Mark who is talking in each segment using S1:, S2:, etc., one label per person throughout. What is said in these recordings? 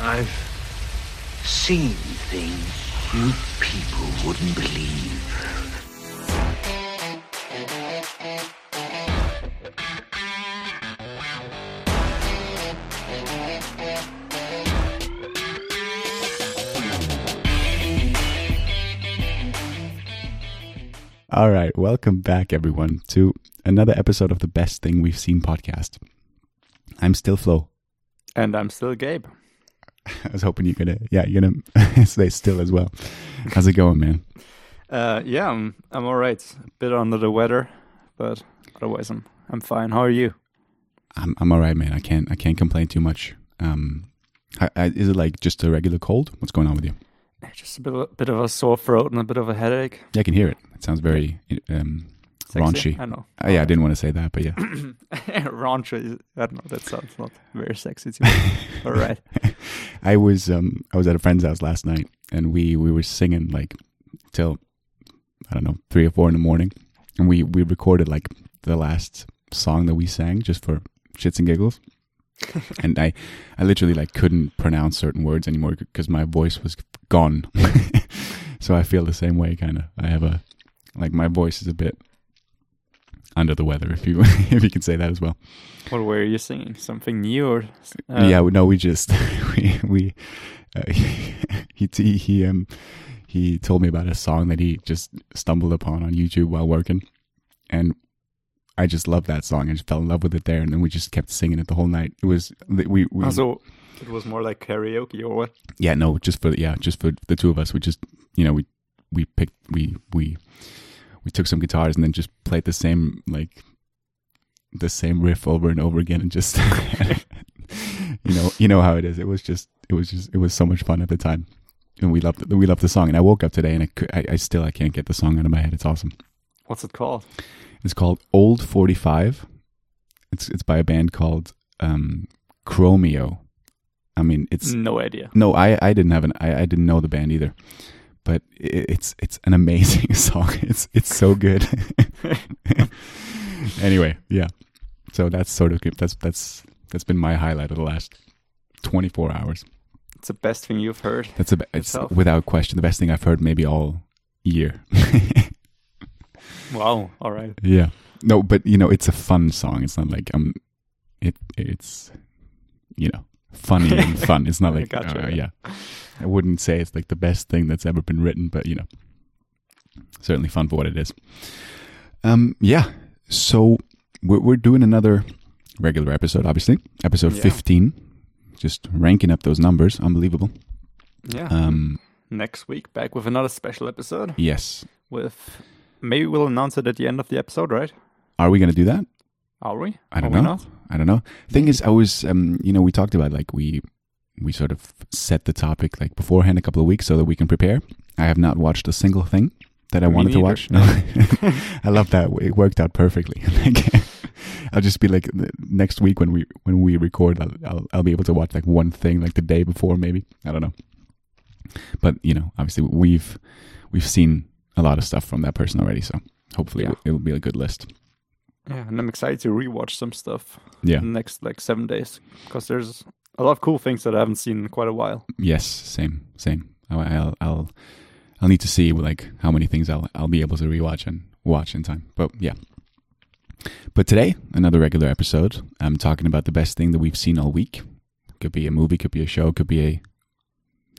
S1: I've seen things you people wouldn't believe.
S2: All right, welcome back, everyone, to another episode of the Best Thing We've Seen podcast. I'm still Flo.
S3: And I'm still Gabe.
S2: I was hoping you're gonna, yeah, you're gonna stay still as well. How's it going, man?
S3: Uh, yeah, I'm I'm all right. A bit under the weather, but otherwise I'm I'm fine. How are you?
S2: I'm I'm all right, man. I can't I can't complain too much. Um, I, I, is it like just a regular cold? What's going on with you?
S3: Just a bit of, bit of a sore throat and a bit of a headache.
S2: Yeah, I can hear it. It sounds very um,
S3: Sexy?
S2: raunchy.
S3: I know.
S2: Uh, yeah, I didn't want to say that, but yeah,
S3: raunchy. is- I don't know. That sounds not very sexy to me. all right.
S2: I was um I was at a friend's house last night, and we we were singing like till I don't know three or four in the morning, and we we recorded like the last song that we sang just for shits and giggles. and I, I literally like couldn't pronounce certain words anymore because my voice was gone. so I feel the same way, kind of. I have a, like my voice is a bit under the weather, if you if you can say that as well.
S3: What were you singing? Something new or? s- uh,
S2: Yeah, yeah, we- no, we just we we uh, he he he um he told me about a song that he just stumbled upon on YouTube while working, and I just loved that song. I just fell in love with it there, and then we just kept singing it the whole night. It was we we
S3: Also, it was more like karaoke or what?
S2: yeah no just for yeah just for the two of us. We just you know we we picked we we we took some guitars and then just played the same like the same riff over and over again and just you know you know how it is it was just it was just it was so much fun at the time and we loved we loved the song and i woke up today and i cou- I, I still i can't get the song out of my head it's awesome
S3: What's it called?
S2: it's called old 45 it's it's by a band called um chromio i mean it's
S3: No idea.
S2: no, I, I didn't have an I, I didn't know the band either, but i it's it's an amazing song. It's it's so good. anyway, yeah. So that's sort of good. that's that's that's been my highlight of the last twenty four hours.
S3: It's the best thing you've heard.
S2: That's a, it's
S3: Yourself.
S2: without question the best thing I've heard maybe all year.
S3: Wow. All right.
S2: yeah. No, but you know it's a fun song. It's not like um, it it's you know funny and fun. It's not
S3: I
S2: like
S3: gotcha,
S2: uh,
S3: yeah.
S2: yeah. I wouldn't say it's like the best thing that's ever been written, but you know, certainly fun for what it is. Um, yeah. So we're, we're doing another regular episode, obviously, episode
S3: Yeah.
S2: fifteen. Just ranking up those numbers, unbelievable.
S3: Yeah.
S2: Um,
S3: Next week, back with another special episode.
S2: yes,
S3: with maybe we'll announce it at the end of the episode, right?
S2: are we going to do that?
S3: Are we?
S2: I don't
S3: Are we
S2: know.
S3: not?
S2: I don't know. Thing is, I was, um, you know, we talked about like we we sort of set the topic like beforehand a couple of weeks so that we can prepare. I have not watched a single thing that I
S3: Me
S2: wanted to
S3: neither.
S2: watch. No, I love that. It worked out perfectly. like, I'll just be like the- next week when we when we record, I'll, I'll I'll be able to watch like one thing like the day before maybe. I don't know. But you know, obviously we've we've seen a lot of stuff from that person already, so hopefully
S3: Yeah.
S2: it'll be a good list.
S3: Yeah, and I'm excited to rewatch some stuff
S2: Yeah.
S3: in the next like seven days because there's a lot of cool things that I haven't seen in quite a while.
S2: Yes, same, same. I- I'll, I'll, I'll need to see like how many things I'll, I'll be able to rewatch and watch in time. But yeah. But today, another regular episode. I'm talking about the best thing that we've seen all week. Could be a movie, could be a show, could be a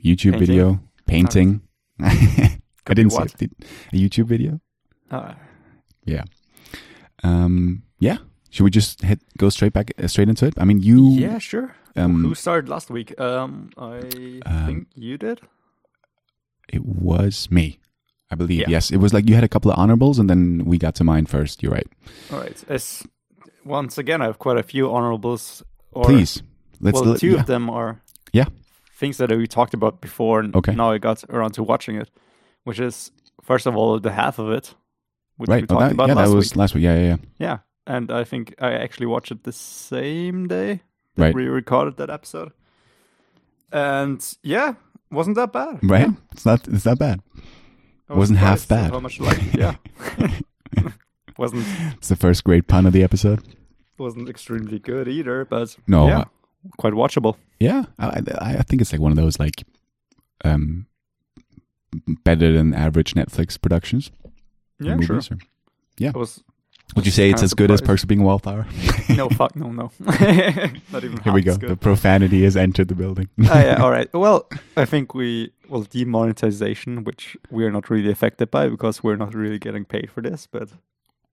S2: YouTube
S3: Painting.
S2: video, painting. I
S3: Could
S2: didn't
S3: be
S2: say
S3: what?
S2: did- a YouTube video.
S3: Uh,
S2: Um, yeah. Should we just hit go straight back uh, straight into it? I mean, you.
S3: yeah, sure.
S2: Um,
S3: Who started last week? Um, I
S2: Um,
S3: think you did.
S2: It was me, I believe.
S3: Yeah.
S2: Yes, it was like you had a couple of honorables, and then we got to mine first. You're right.
S3: All right. As once again, I have quite a few honorables. Or,
S2: Please, let's.
S3: well,
S2: let-
S3: two
S2: yeah.
S3: of them are
S2: Yeah.
S3: things that we talked about before, and
S2: Okay.
S3: now I got around to watching it, which is first of all the half of it, which
S2: Right.
S3: we
S2: oh,
S3: talked
S2: that,
S3: about
S2: yeah,
S3: last
S2: that
S3: week.
S2: was last week. Yeah, yeah, yeah.
S3: Yeah, and I think I actually watched it the same day that
S2: Right.
S3: we recorded that episode. And yeah, wasn't that bad?
S2: Right. It's not. It's not bad.
S3: I was
S2: Wasn't half
S3: surprised at
S2: bad.
S3: How much I liked it. Yeah, wasn't
S2: It's the first great pun of the episode.
S3: wasn't extremely good either, but
S2: No, uh,
S3: yeah, quite watchable.
S2: Yeah, I, I I think it's like one of those like um better than average Netflix productions. or
S3: Yeah, sure.
S2: movies, or-
S3: I was
S2: Would you say it's
S3: Kinda
S2: as good as
S3: surprised.
S2: Perks of Being a Wallflower?
S3: no fuck no no. Not even
S2: Here we
S3: half
S2: go.
S3: as
S2: The
S3: good.
S2: profanity has entered the building.
S3: Ah, yeah, all right. Well, I think we well demonetization, which we are not really affected by because we're not really getting paid for this, but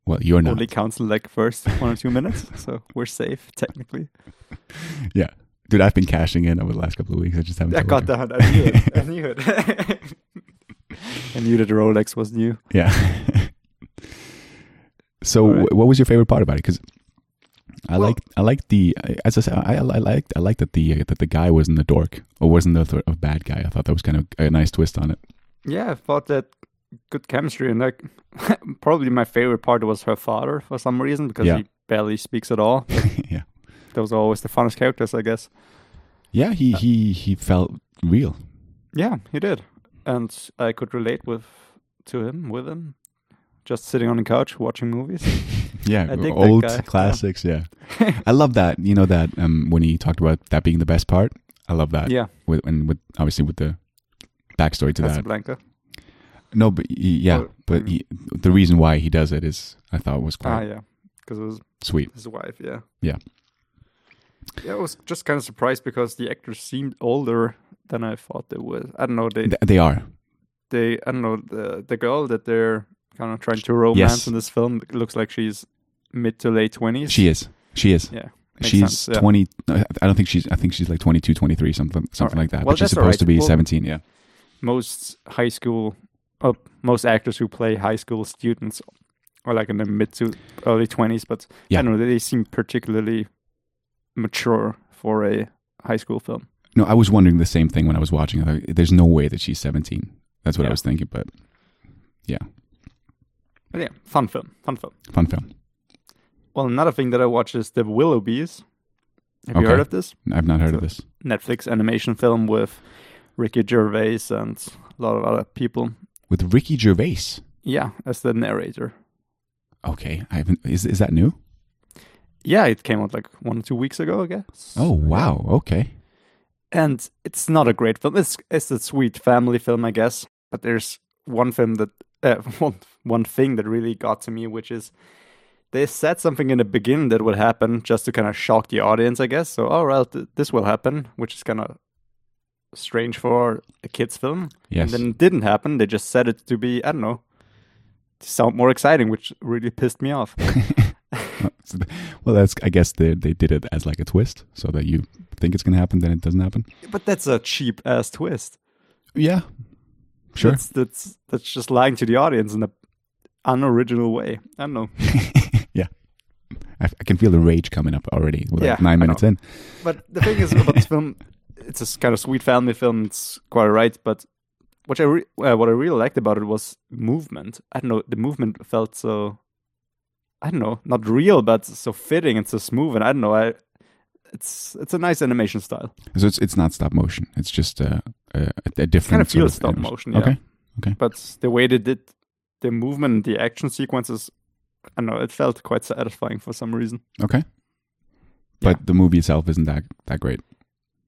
S2: well, you're not.
S3: only counts like first one or two minutes, so we're safe technically.
S2: Yeah. Dude, I've been cashing in over the last couple of weeks. I just haven't.
S3: I
S2: told you.
S3: got that. I knew it. I knew it. I knew that Rolex was new.
S2: Yeah. so,
S3: All right.
S2: wh- what was your favorite part about it? Because I
S3: Well-
S2: like I like the I- as I said I I like I like that the uh, that the guy wasn't the dork or wasn't the th- a bad guy. I thought that was kind of a nice twist on it.
S3: Yeah, I thought that good chemistry and like probably my favorite part was her father for some reason because
S2: Yeah.
S3: he barely speaks at all.
S2: yeah,
S3: Those are always the funnest characters, I guess.
S2: yeah. He he he felt real.
S3: Yeah, he did, and I could relate with to him with him, just sitting on the couch watching movies.
S2: Yeah,
S3: I dig that
S2: old
S3: guy.
S2: classics. Yeah, I love that. You know that um, when he talked about that being the best part. I love that.
S3: yeah,
S2: with, and with obviously with the backstory to that.
S3: Casablanca.
S2: No, but y- yeah,
S3: Oh,
S2: but
S3: mm.
S2: he, the reason why he does it is I thought was
S3: Ah,
S2: quite
S3: yeah, because it was
S2: sweet.
S3: his wife. Yeah,
S2: Yeah.
S3: yeah. I was just kind of surprised because the actors seemed older than I thought they would. I don't know. They
S2: Th- they are.
S3: they I don't know the the girl that they're kind of trying to romance
S2: Yes.
S3: in this film looks like she's mid to late twenties.
S2: She is. She is.
S3: yeah, makes
S2: She's
S3: sense, yeah.
S2: 20 no, I don't think she's I think she's like 22, 23 something something
S3: Alright.
S2: like that.
S3: Well,
S2: but she's
S3: that's all
S2: supposed to
S3: right.
S2: be
S3: Well-
S2: 17, yeah.
S3: Most high school, uh, most actors who play high school students are like in their mid to early twenties, but
S2: Yeah.
S3: I don't know. They seem particularly mature for a high school film.
S2: No, I was wondering the same thing when I was watching. I thought, There's no way that she's 17. That's what I
S3: Yeah.
S2: was thinking, but
S3: But yeah, fun film, fun film.
S2: fun film.
S3: Well, another thing that I watched is The Willoughbys. Have you
S2: Okay.
S3: heard of this?
S2: I've not heard of
S3: So-
S2: this.
S3: Netflix animation film with Ricky Gervais and a lot of other people.
S2: With Ricky Gervais.
S3: Yeah, as the narrator.
S2: Okay. I haven't is is that new?
S3: Yeah, it came out like one or two weeks ago, I guess.
S2: Oh, wow. Okay.
S3: And it's not a great film. It's it's a sweet family film, I guess. But there's one film that uh, one one thing that really got to me, which is they said something in the beginning that would happen just to kind of shock the audience, I guess. So, all right, th- this will happen, which is kind of strange for a kids film.
S2: Yes.
S3: And then it didn't happen. They just said it to be, I don't know, to sound more exciting, which really pissed me off.
S2: well, that's I guess they they did it as like a twist so that you think it's going to happen then it doesn't happen.
S3: but that's a cheap ass twist.
S2: Yeah. Sure.
S3: That's, that's that's just lying to the audience in an unoriginal way. I don't know.
S2: yeah. I, I can feel the rage coming up already. We're like
S3: Yeah,
S2: nine
S3: I
S2: minutes
S3: know.
S2: in.
S3: But the thing is about this film, it's a s- kind of sweet family film. It's quite right, but what I re- uh, what I really liked about it was movement. I don't know. The movement felt so I don't know, not real, but so fitting and so smooth. And I don't know. I it's it's a nice animation style.
S2: So it's it's not stop motion. It's just a a, a different
S3: Kind of
S2: sort
S3: feels stop
S2: animation.
S3: motion. Yeah.
S2: Okay.
S3: But the way they did the movement, and the action sequences, I don't know. It felt quite satisfying for some reason.
S2: Okay. But the movie itself isn't that that great.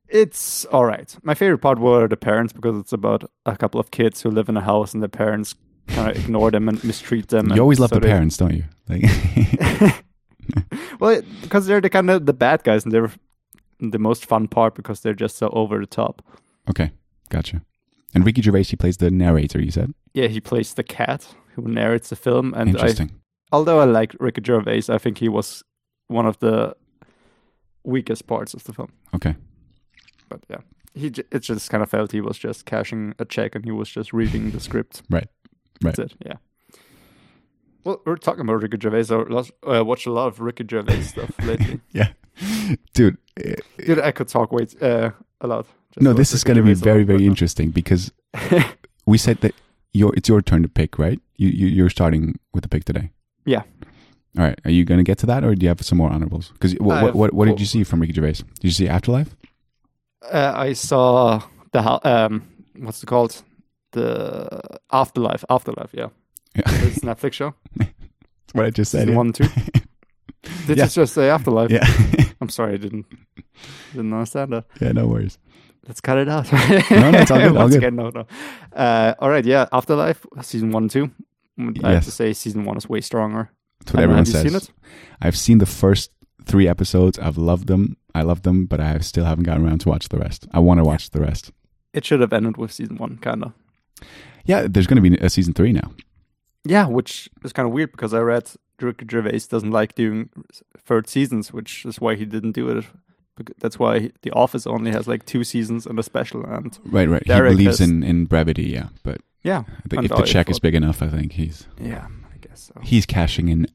S3: It's all right. My favorite part were the parents because it's about a couple of kids who live in a house and their parents kind of ignore them and mistreat them.
S2: You
S3: and
S2: always love
S3: so
S2: the
S3: they-
S2: parents, don't you? Like
S3: Well, because they're the kind of the bad guys and they're the most fun part because they're just so over the top.
S2: Okay. Gotcha. And Ricky Gervais he plays the narrator, you said?
S3: Yeah, he plays the cat who narrates the film, and I,
S2: Interesting.
S3: although I like Ricky Gervais, I think he was one of the weakest parts of the film.
S2: Okay.
S3: But yeah, he j- it just kind of felt he was just cashing a check and he was just reading the script.
S2: Right.
S3: That's it. Yeah. Well, we're talking about Ricky Gervais. I lost- uh, watched a lot of Ricky Gervais stuff lately.
S2: Yeah. Dude, eh,
S3: Dude, I could talk way t- uh, a lot. just
S2: no,
S3: about
S2: this is
S3: Ricky
S2: going to be
S3: Gervais a
S2: very
S3: lot,
S2: very
S3: but-
S2: interesting because we said that your it's your turn to pick, right? You, you you're starting with the pick today.
S3: Yeah.
S2: All right. Are you going to get to that, or do you have some more honorables? Because what,
S3: I
S2: what
S3: have-
S2: what what did
S3: well-
S2: you see from Ricky Gervais? Did you see Afterlife?
S3: Uh, I saw the hou- um, what's it called? The Afterlife. Afterlife. Yeah,
S2: Yeah.
S3: it's a Netflix show.
S2: what I just said.
S3: Season
S2: Yeah.
S3: one, and two. Did
S2: Yeah.
S3: you just say Afterlife?
S2: Yeah.
S3: I'm sorry, I didn't. Didn't understand that.
S2: Yeah, no worries.
S3: Let's cut it out.
S2: no, it's all good, all
S3: Once
S2: good.
S3: again, no, no. Uh, all right, yeah. Afterlife season one and two. Mm, I have to
S2: Yes.
S3: say, season one is way stronger.
S2: That's what
S3: I don't
S2: everyone
S3: know, have
S2: says.
S3: you seen it?
S2: I've seen the first three episodes. I've loved them. I love them, but I still haven't gotten around to watch the rest. I want to watch the rest.
S3: It should have ended with season one, kind of.
S2: Yeah, there's going to be a season three now.
S3: Yeah, which is kind of weird because I read Ricky Gervais doesn't like doing third seasons, which is why he didn't do it. Bec- That's why The Office only has like two seasons and a special. And
S2: Right, right.
S3: Derek
S2: he believes
S3: has-
S2: in, in brevity, yeah. But
S3: yeah,
S2: I think
S3: And
S2: if the
S3: I
S2: check is
S3: thought-
S2: big enough, I think he's
S3: yeah, I guess so.
S2: he's cashing in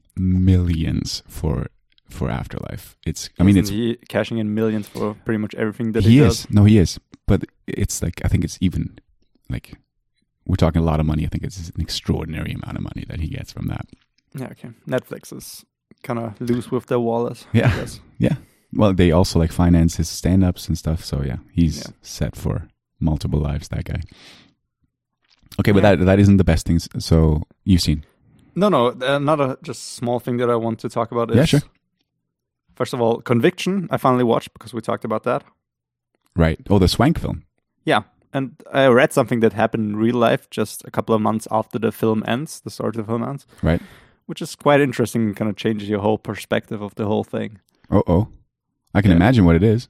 S2: millions for for Afterlife. It's I mean it's
S3: Isn't he cashing in millions for pretty much everything that he,
S2: he
S3: does.
S2: is no he is, but it's like I think it's even like we're talking a lot of money. I think it's an extraordinary amount of money that he gets from that.
S3: Yeah, okay. Netflix is kind of loose with their wallet.
S2: Yeah.
S3: I guess.
S2: Well, they also like finance his stand ups and stuff. So yeah, he's
S3: Yeah.
S2: set for multiple lives. That guy. Okay, but
S3: Yeah.
S2: that that isn't the best things. So you've seen
S3: No, no. Another just small thing that I want to talk about is
S2: Yeah, sure.
S3: first of all, Conviction. I finally watched because we talked about that.
S2: right? Oh, the Swank film.
S3: Yeah. And I read something that happened in real life just a couple of months after the film ends, the start of the film ends,
S2: Right.
S3: which is quite interesting and kind of changes your whole perspective of the whole thing.
S2: Oh, oh, I can
S3: Yeah.
S2: imagine what it is.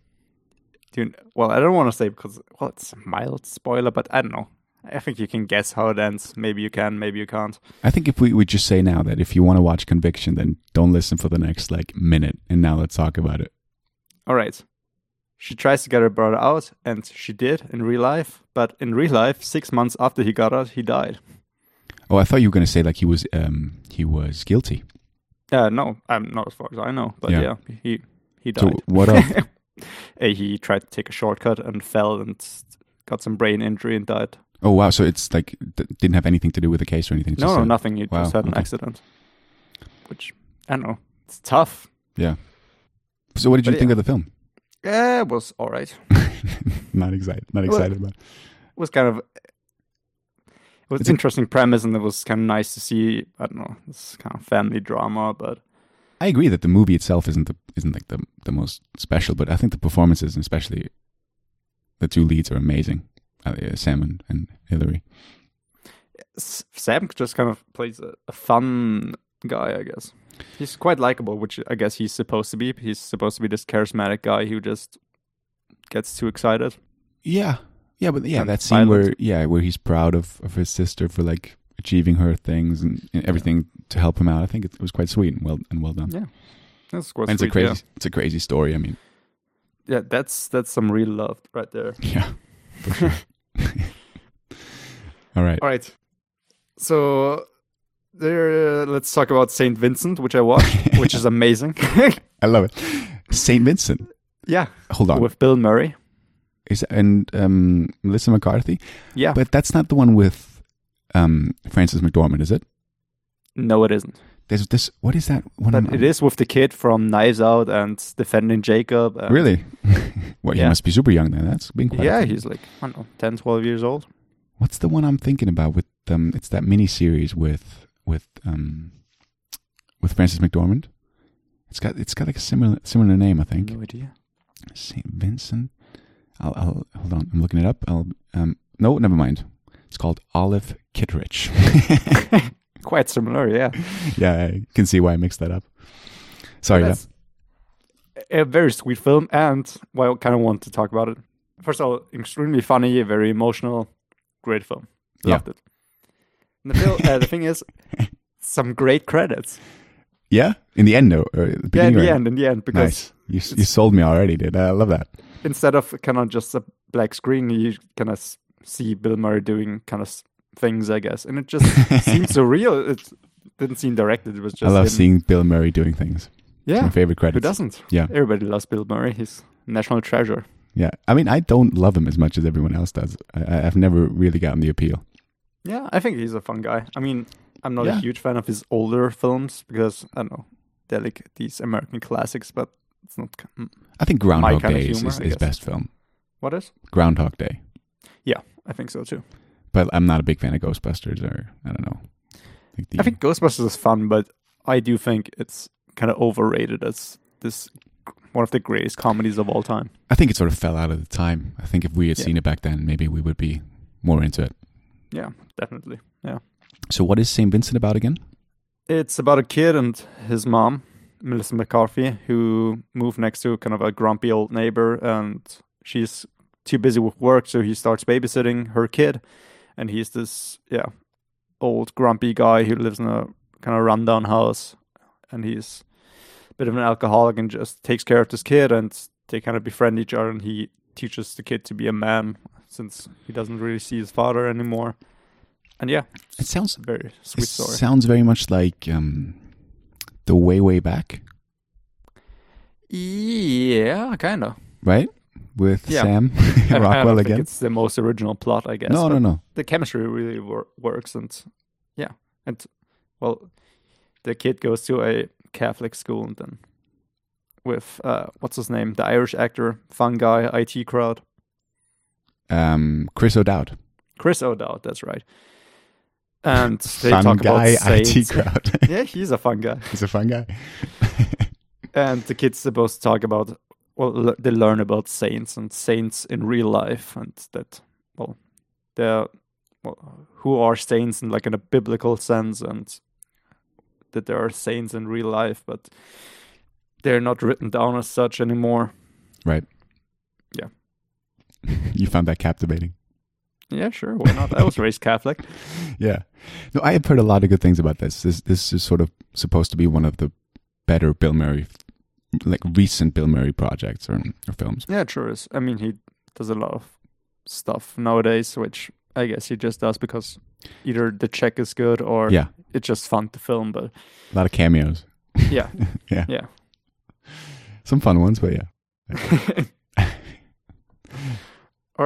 S3: Do you, well, I don't want to say because, well, it's a mild spoiler, but I don't know. I think you can guess how it ends. Maybe you can, maybe you can't.
S2: I think if we would just say now that if you want to watch Conviction, then don't listen for the next like minute, and now let's talk about it.
S3: All right. She tries to get her brother out, and she did in real life. But in real life, six months after he got out, he died.
S2: Oh, I thought you were going to say like he was um he was guilty.
S3: Uh, no, I'm not as far as I know, but yeah,
S2: Yeah.
S3: he he died.
S2: So what of?
S3: Uh, he tried to take a shortcut and fell and s- got some brain injury and died.
S2: oh wow, so it's like d- didn't have anything to do with the case or anything. It's
S3: No,
S2: just
S3: no,
S2: a-
S3: nothing. He
S2: Wow,
S3: just had an
S2: okay.
S3: accident. Which I don't know. It's tough.
S2: So what did you
S3: But
S2: think
S3: yeah.
S2: of the film?
S3: Yeah, it was all right.
S2: not excited. Not excited about. It.
S3: It was kind of it was
S2: It's
S3: an
S2: a-
S3: interesting premise, and it was kind of nice to see. I don't know, this kind of family drama, but
S2: I agree that the movie itself isn't the isn't like the the most special, but I think the performances, and especially the two leads, are amazing. Uh, yeah, Sam and, and Hillary.
S3: S- Sam just kind of plays a, a fun guy, I guess. He's quite likable, which I guess he's supposed to be. He's supposed to be this charismatic guy who just gets too excited.
S2: Yeah, yeah, but yeah,
S3: And
S2: that scene
S3: violent.
S2: where yeah, where he's proud of of his sister for like achieving her things and, and everything to help him out. I think it, it was quite sweet and well and well done.
S3: Yeah, That's quite
S2: and it's a
S3: sweet,
S2: crazy
S3: yeah.
S2: it's a crazy story. I mean,
S3: Yeah, that's that's some real love right there.
S2: yeah, for sure. All right.
S3: All right, so there. uh, Let's talk about Saint Vincent, which I watched, which is amazing.
S2: I love it. Saint Vincent.
S3: yeah,
S2: Hold on.
S3: with Bill Murray.
S2: Is and um, Melissa McCarthy,
S3: Yeah,
S2: but that's not the one with um, Francis McDormand, is it?
S3: no, it isn't.
S2: There's this. What is that one?
S3: But
S2: I'm-
S3: it is with the kid from Knives Out and defending Jacob. And
S2: really. well,
S3: uh, Yeah.
S2: he must be super young then. That's been quite. a
S3: Yeah,
S2: thing.
S3: he's like I don't know, 10, 12 years old.
S2: What's the one I'm thinking about with um it's that mini series with with um with Francis McDormand? It's got it's got like a similar similar name, I think.
S3: No idea.
S2: Saint Vincent. I'll, I'll hold on. I'm looking it up. I'll um no, never mind. It's called Olive Kitteridge.
S3: Quite similar, yeah.
S2: yeah, I can see why I mixed that up. Sorry. Oh, Yeah.
S3: That's a very sweet film, and why I kind of want to talk about it. First of all, extremely funny, very emotional, great film.
S2: Yeah.
S3: Loved it. And the, film, uh, the thing is, some great credits.
S2: yeah. In the end, though. Or at the
S3: Yeah, in
S2: beginning,
S3: the
S2: right?
S3: end, in the end, because
S2: Nice. You you sold me already, dude. I love that.
S3: instead of kind of just a black screen, you kind of see Bill Murray doing kind of things, I guess, and it just seemed surreal. It didn't seem directed. It was just
S2: I love
S3: him.
S2: seeing Bill Murray doing things. It's
S3: yeah.
S2: my favorite credits.
S3: Who doesn't?
S2: Yeah.
S3: Everybody loves Bill Murray. He's a national treasure.
S2: Yeah, I mean, I don't love him as much as everyone else does. I- I, I've never really gotten the appeal.
S3: Yeah, I think he's a fun guy. I mean, I'm not a
S2: Yeah.
S3: huge fan of his older films because I don't know they're like these American classics, but it's not k- mm,
S2: I think Groundhog
S3: kind of
S2: Day is
S3: humor,
S2: is
S3: I
S2: his
S3: guess.
S2: best film.
S3: what is.
S2: Groundhog Day,
S3: Yeah, I think so too.
S2: but I'm not a big fan of Ghostbusters or I don't know. Like the-
S3: I think Ghostbusters is fun, but I do think it's kind of overrated as this one of the greatest comedies of all time.
S2: I think it sort of fell out at the time. I think if we had
S3: Yeah.
S2: seen it back then, maybe we would be more into it.
S3: Yeah, definitely. Yeah.
S2: So, what is St. Vincent about again?
S3: It's about a kid and his mom, Melissa McCarthy, who move next to kind of a grumpy old neighbor, and she's too busy with work, so he starts babysitting her kid, and he's this yeah old grumpy guy who lives in a kind of rundown house, and he's a bit of an alcoholic and just takes care of this kid, and they kind of befriend each other, and he teaches the kid to be a man since he doesn't really see his father anymore, and yeah,
S2: It sounds
S3: very sweet
S2: it
S3: story.
S2: sounds very much like um, the way way back,
S3: Yeah, kind of.
S2: right? With
S3: Yeah.
S2: Sam
S3: I don't
S2: Rockwell
S3: think
S2: again.
S3: it's the most original plot, I guess.
S2: no, no,
S3: but
S2: no.
S3: The chemistry really wor- works, and yeah, and well, the kid goes to a Catholic school, and then with uh, what's his name, the Irish actor, fun guy, IT crowd,
S2: Um, Chris O'Dowd,
S3: Chris O'Dowd. That's right. And they
S2: fun
S3: talk
S2: guy,
S3: about
S2: IT
S3: saints.
S2: crowd.
S3: yeah, he's a fun guy.
S2: He's a fun guy.
S3: and the kids supposed to talk about well le- they learn about saints and saints in real life and that well they're well, who are saints in like in a biblical sense and that there are saints in real life but they're not written down as such anymore
S2: Right.
S3: Yeah.
S2: you found that captivating.
S3: yeah sure why not i was raised catholic
S2: Yeah. No, I have heard a lot of good things about this. This this is sort of supposed to be one of the better Bill Murray like recent Bill Murray projects or, or films.
S3: yeah it sure is i mean he does a lot of stuff nowadays which i guess he just does because either the check is good or
S2: Yeah.
S3: it's just fun to film but
S2: A lot of cameos.
S3: yeah
S2: Yeah.
S3: yeah
S2: Some fun ones, but yeah.
S3: All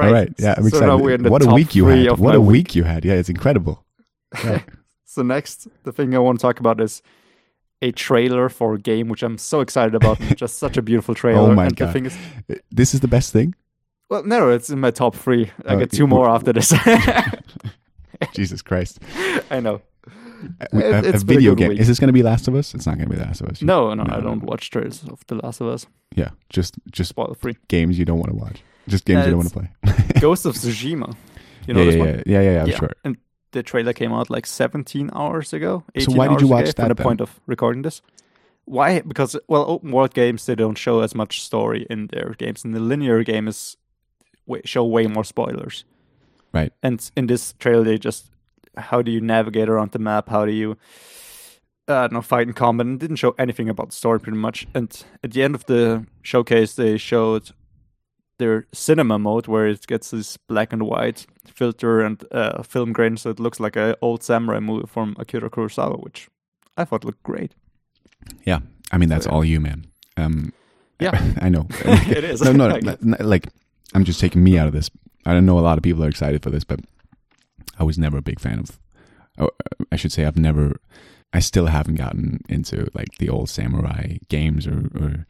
S2: All right. Yeah, I'm
S3: so now
S2: excited.
S3: we're in the
S2: what a
S3: top
S2: week you
S3: three
S2: had.
S3: of
S2: What
S3: my
S2: a
S3: week.
S2: week you had. Yeah, it's incredible. Yeah.
S3: So next, the thing I want to talk about is a trailer for a game, which I'm so excited about. It's just such a beautiful trailer.
S2: Oh my
S3: and
S2: God.
S3: the thing is,
S2: Uh, this is the best thing.
S3: well, no, it's in my top three. I
S2: Oh,
S3: get
S2: you-
S3: two more after this.
S2: Jesus Christ.
S3: I know.
S2: A, a-
S3: It-
S2: a
S3: it's been a
S2: video
S3: good
S2: game.
S3: week.
S2: Is this going to be Last of Us? It's not going to be Last of Us. You-
S3: No, no,
S2: No,
S3: I
S2: no,
S3: don't
S2: no.
S3: watch trailers of The Last of Us.
S2: Yeah, just just
S3: Spoiler free.
S2: games you don't want to watch. Just games
S3: Yeah,
S2: you don't want to play.
S3: Ghost of Tsushima. You know
S2: yeah,
S3: this
S2: yeah,
S3: one?
S2: yeah, yeah, yeah, yeah, sure.
S3: And the trailer came out like 17 hours ago. 18
S2: why did you
S3: hours
S2: watch
S3: ago
S2: that
S3: From the
S2: then?
S3: point of recording this. Why? Because well, open world games they don't show as much story in their games, and the linear game is wa- show way more spoilers.
S2: Right.
S3: And in this trailer, they just how do you navigate around the map? How do you uh, no fight in combat? And didn't show anything about the story pretty much. And at the end of the showcase, they showed their cinema mode where it gets this black and white filter and uh, film grain, so it looks like an old samurai movie from Akira Kurosawa, which I thought looked great.
S2: Yeah, I mean that's
S3: yeah.
S2: all you, man. Um,
S3: Yeah.
S2: I know.
S3: It is.
S2: No, no, no,
S3: I guess.
S2: no, like I'm just taking me out of this. I don't know. A lot of people are excited for this, but I was never a big fan of. Oh, I should say I've never. I still haven't gotten into like the old samurai games or, or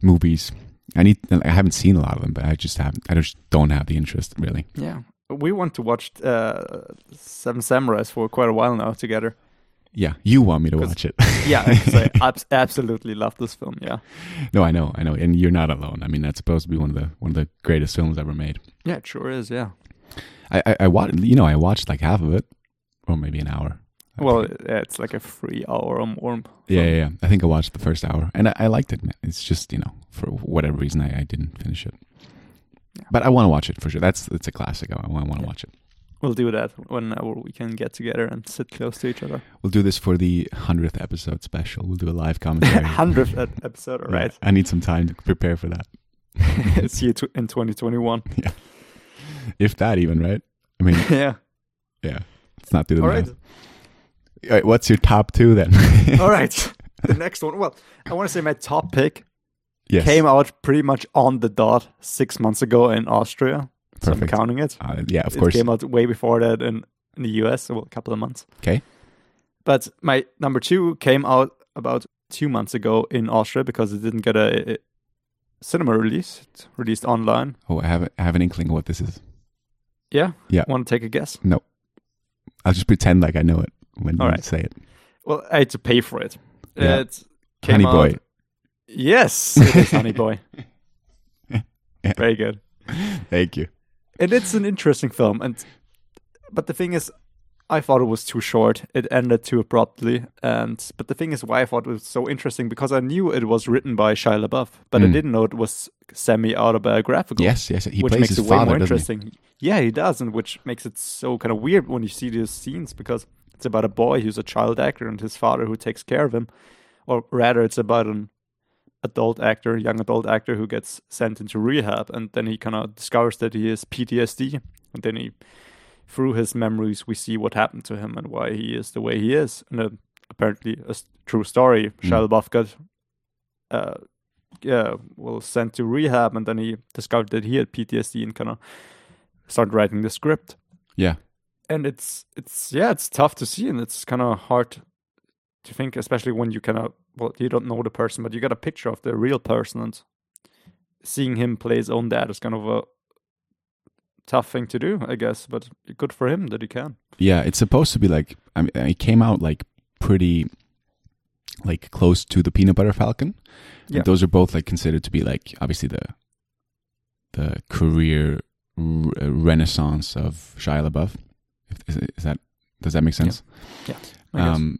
S2: movies. I need. I haven't seen a lot of them, but I just haven't. I just don't have the interest really.
S3: Yeah, we want to watch uh, Seven Samurais for quite a while now together.
S2: Yeah, you want me to
S3: 'Cause-
S2: watch it.
S3: Yeah, I so I abs- absolutely love this film. Yeah,
S2: no, I know, I know, and you're not alone. I mean, that's supposed to be one of the one of the greatest films ever made.
S3: yeah, it sure is. Yeah.
S2: I, I, I watched, you know, I watched like half of it, or maybe an hour. I
S3: Well,
S2: think.
S3: yeah, it's like a three hour or more.
S2: yeah, yeah, yeah. I think I watched the first hour, and I, I liked it. Man. It's just you know, for whatever reason, I, I didn't finish it.
S3: Yeah.
S2: But I want to watch it for sure. That's it's a classic. I want to
S3: Yeah.
S2: watch it.
S3: We'll do that whenever we can get together and sit close to each other.
S2: We'll do this for the hundredth episode special. We'll do a live commentary.
S3: Hundredth episode, all
S2: Yeah,
S3: right?
S2: I need some time to prepare for that,
S3: See you tw- in 2021.
S2: if that even right. I mean,
S3: yeah.
S2: yeah. Let's not do the
S3: All
S2: math.
S3: right.
S2: All right, What's your top two then?
S3: All right. The next one. Well, I want to say my top pick
S2: yes.
S3: came out pretty much on the dot six months ago in Austria. So I'm
S2: Perfect.
S3: counting it.
S2: Uh, yeah, of
S3: it
S2: course.
S3: came out way before that in, in the US, well, a couple of months.
S2: Okay.
S3: But my number two came out about two months ago in Austria because it didn't get a, a cinema release. It released online.
S2: Oh, I have, a- I have an inkling of what this is.
S3: Yeah.
S2: Yeah.
S3: Want to take a guess?
S2: I'll just pretend like I know it when
S3: All
S2: you
S3: right.
S2: say it.
S3: Well, I had to pay for it.
S2: Yeah.
S3: It came
S2: Honey
S3: out.
S2: boy.
S3: Yes, it is Honey Boy. Very good.
S2: Thank you.
S3: And it's an interesting film. And but the thing is, I thought it was too short. It ended too abruptly. And but the thing is, why I thought it was so interesting because I knew it was written by Shia LaBeouf, but I
S2: Mm.
S3: didn't know it was semi autobiographical.
S2: Yes, yes. He
S3: which
S2: plays
S3: makes
S2: his
S3: it way
S2: father,
S3: more
S2: doesn't he?
S3: interesting. Yeah, he does, and which makes it so kind of weird when you see these scenes because it's about a boy who's a child actor and his father who takes care of him, or rather, it's about an adult actor, young adult actor who gets sent into rehab, and then he kind of discovers that he has PTSD, and then he, through his memories, we see what happened to him and why he is the way he is, and uh, apparently a s- true story. Shia LaBeouf got. Uh, yeah, well, sent to rehab, and then he discovered that he had PTSD and kind of started writing the script.
S2: Yeah.
S3: And it's it's yeah, it's tough to see, and it's kind of hard to think, especially when you kind of well, you don't know the person, but you got a picture of the real person, and seeing him play his own dad is kind of a tough thing to do, I guess. But good for him that he can.
S2: Yeah, it's supposed to be like I mean, it came out like pretty like close to the peanut butter falcon. And
S3: Yeah.
S2: those are both like considered to be like obviously the the career re- renaissance of Shia LaBeouf. If- Is, is that does that make sense?
S3: I guess.
S2: um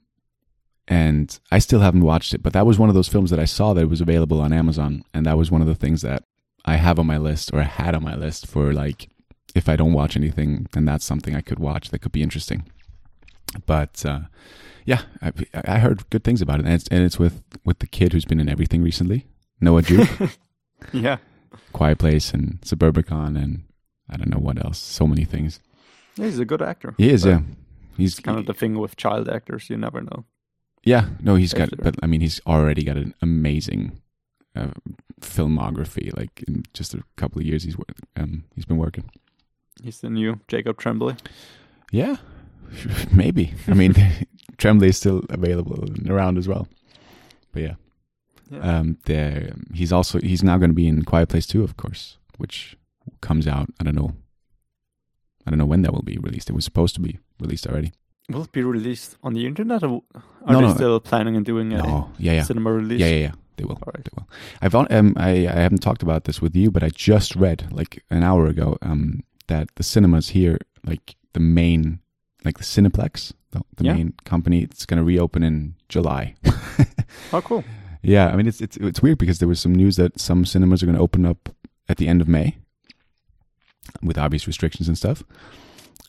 S2: and I still haven't watched it, but that was one of those films that I saw that was available on Amazon and that was one of the things that I have on my list or I had on my list for like if I don't watch anything, then that's something I could watch that could be interesting. But uh, yeah, I, I heard good things about it, and it's, and it's with with the kid who's been in everything recently, Noah Jupe,
S3: yeah,
S2: Quiet Place, and Suburbicon, and I don't know what else. So many things.
S3: Yeah, he's a good actor.
S2: He is,
S3: But
S2: yeah. He's
S3: It's kind of the thing with child actors; you never know.
S2: yeah. No, he's got,
S3: Actor.
S2: but I mean, he's already got an amazing uh, filmography. Like in just a couple of years, he's wor- um, he's been working.
S3: He's the new Jacob Tremblay.
S2: Yeah, maybe. I mean, Tremblay is still available and around as well. But yeah,
S3: Yeah.
S2: Um, there he's also he's now going to be in Quiet Place Two, of course, which comes out. I don't know. I don't know when that will be released. It was supposed to be released already.
S3: Will it be released on the internet? Or are
S2: No,
S3: they
S2: no.
S3: still planning on doing a
S2: No, yeah, yeah,
S3: cinema release?
S2: yeah, yeah, yeah. They will.
S3: All right.
S2: I've on, um, I I haven't talked about this with you, but I just read like an hour ago um that the cinemas here, like the main, like the Cineplex, the, the
S3: Yeah.
S2: main company, it's going to reopen in July.
S3: Oh, cool.
S2: Yeah, I mean it's it's it's weird because there was some news that some cinemas are going to open up at the end of May, with obvious restrictions and stuff.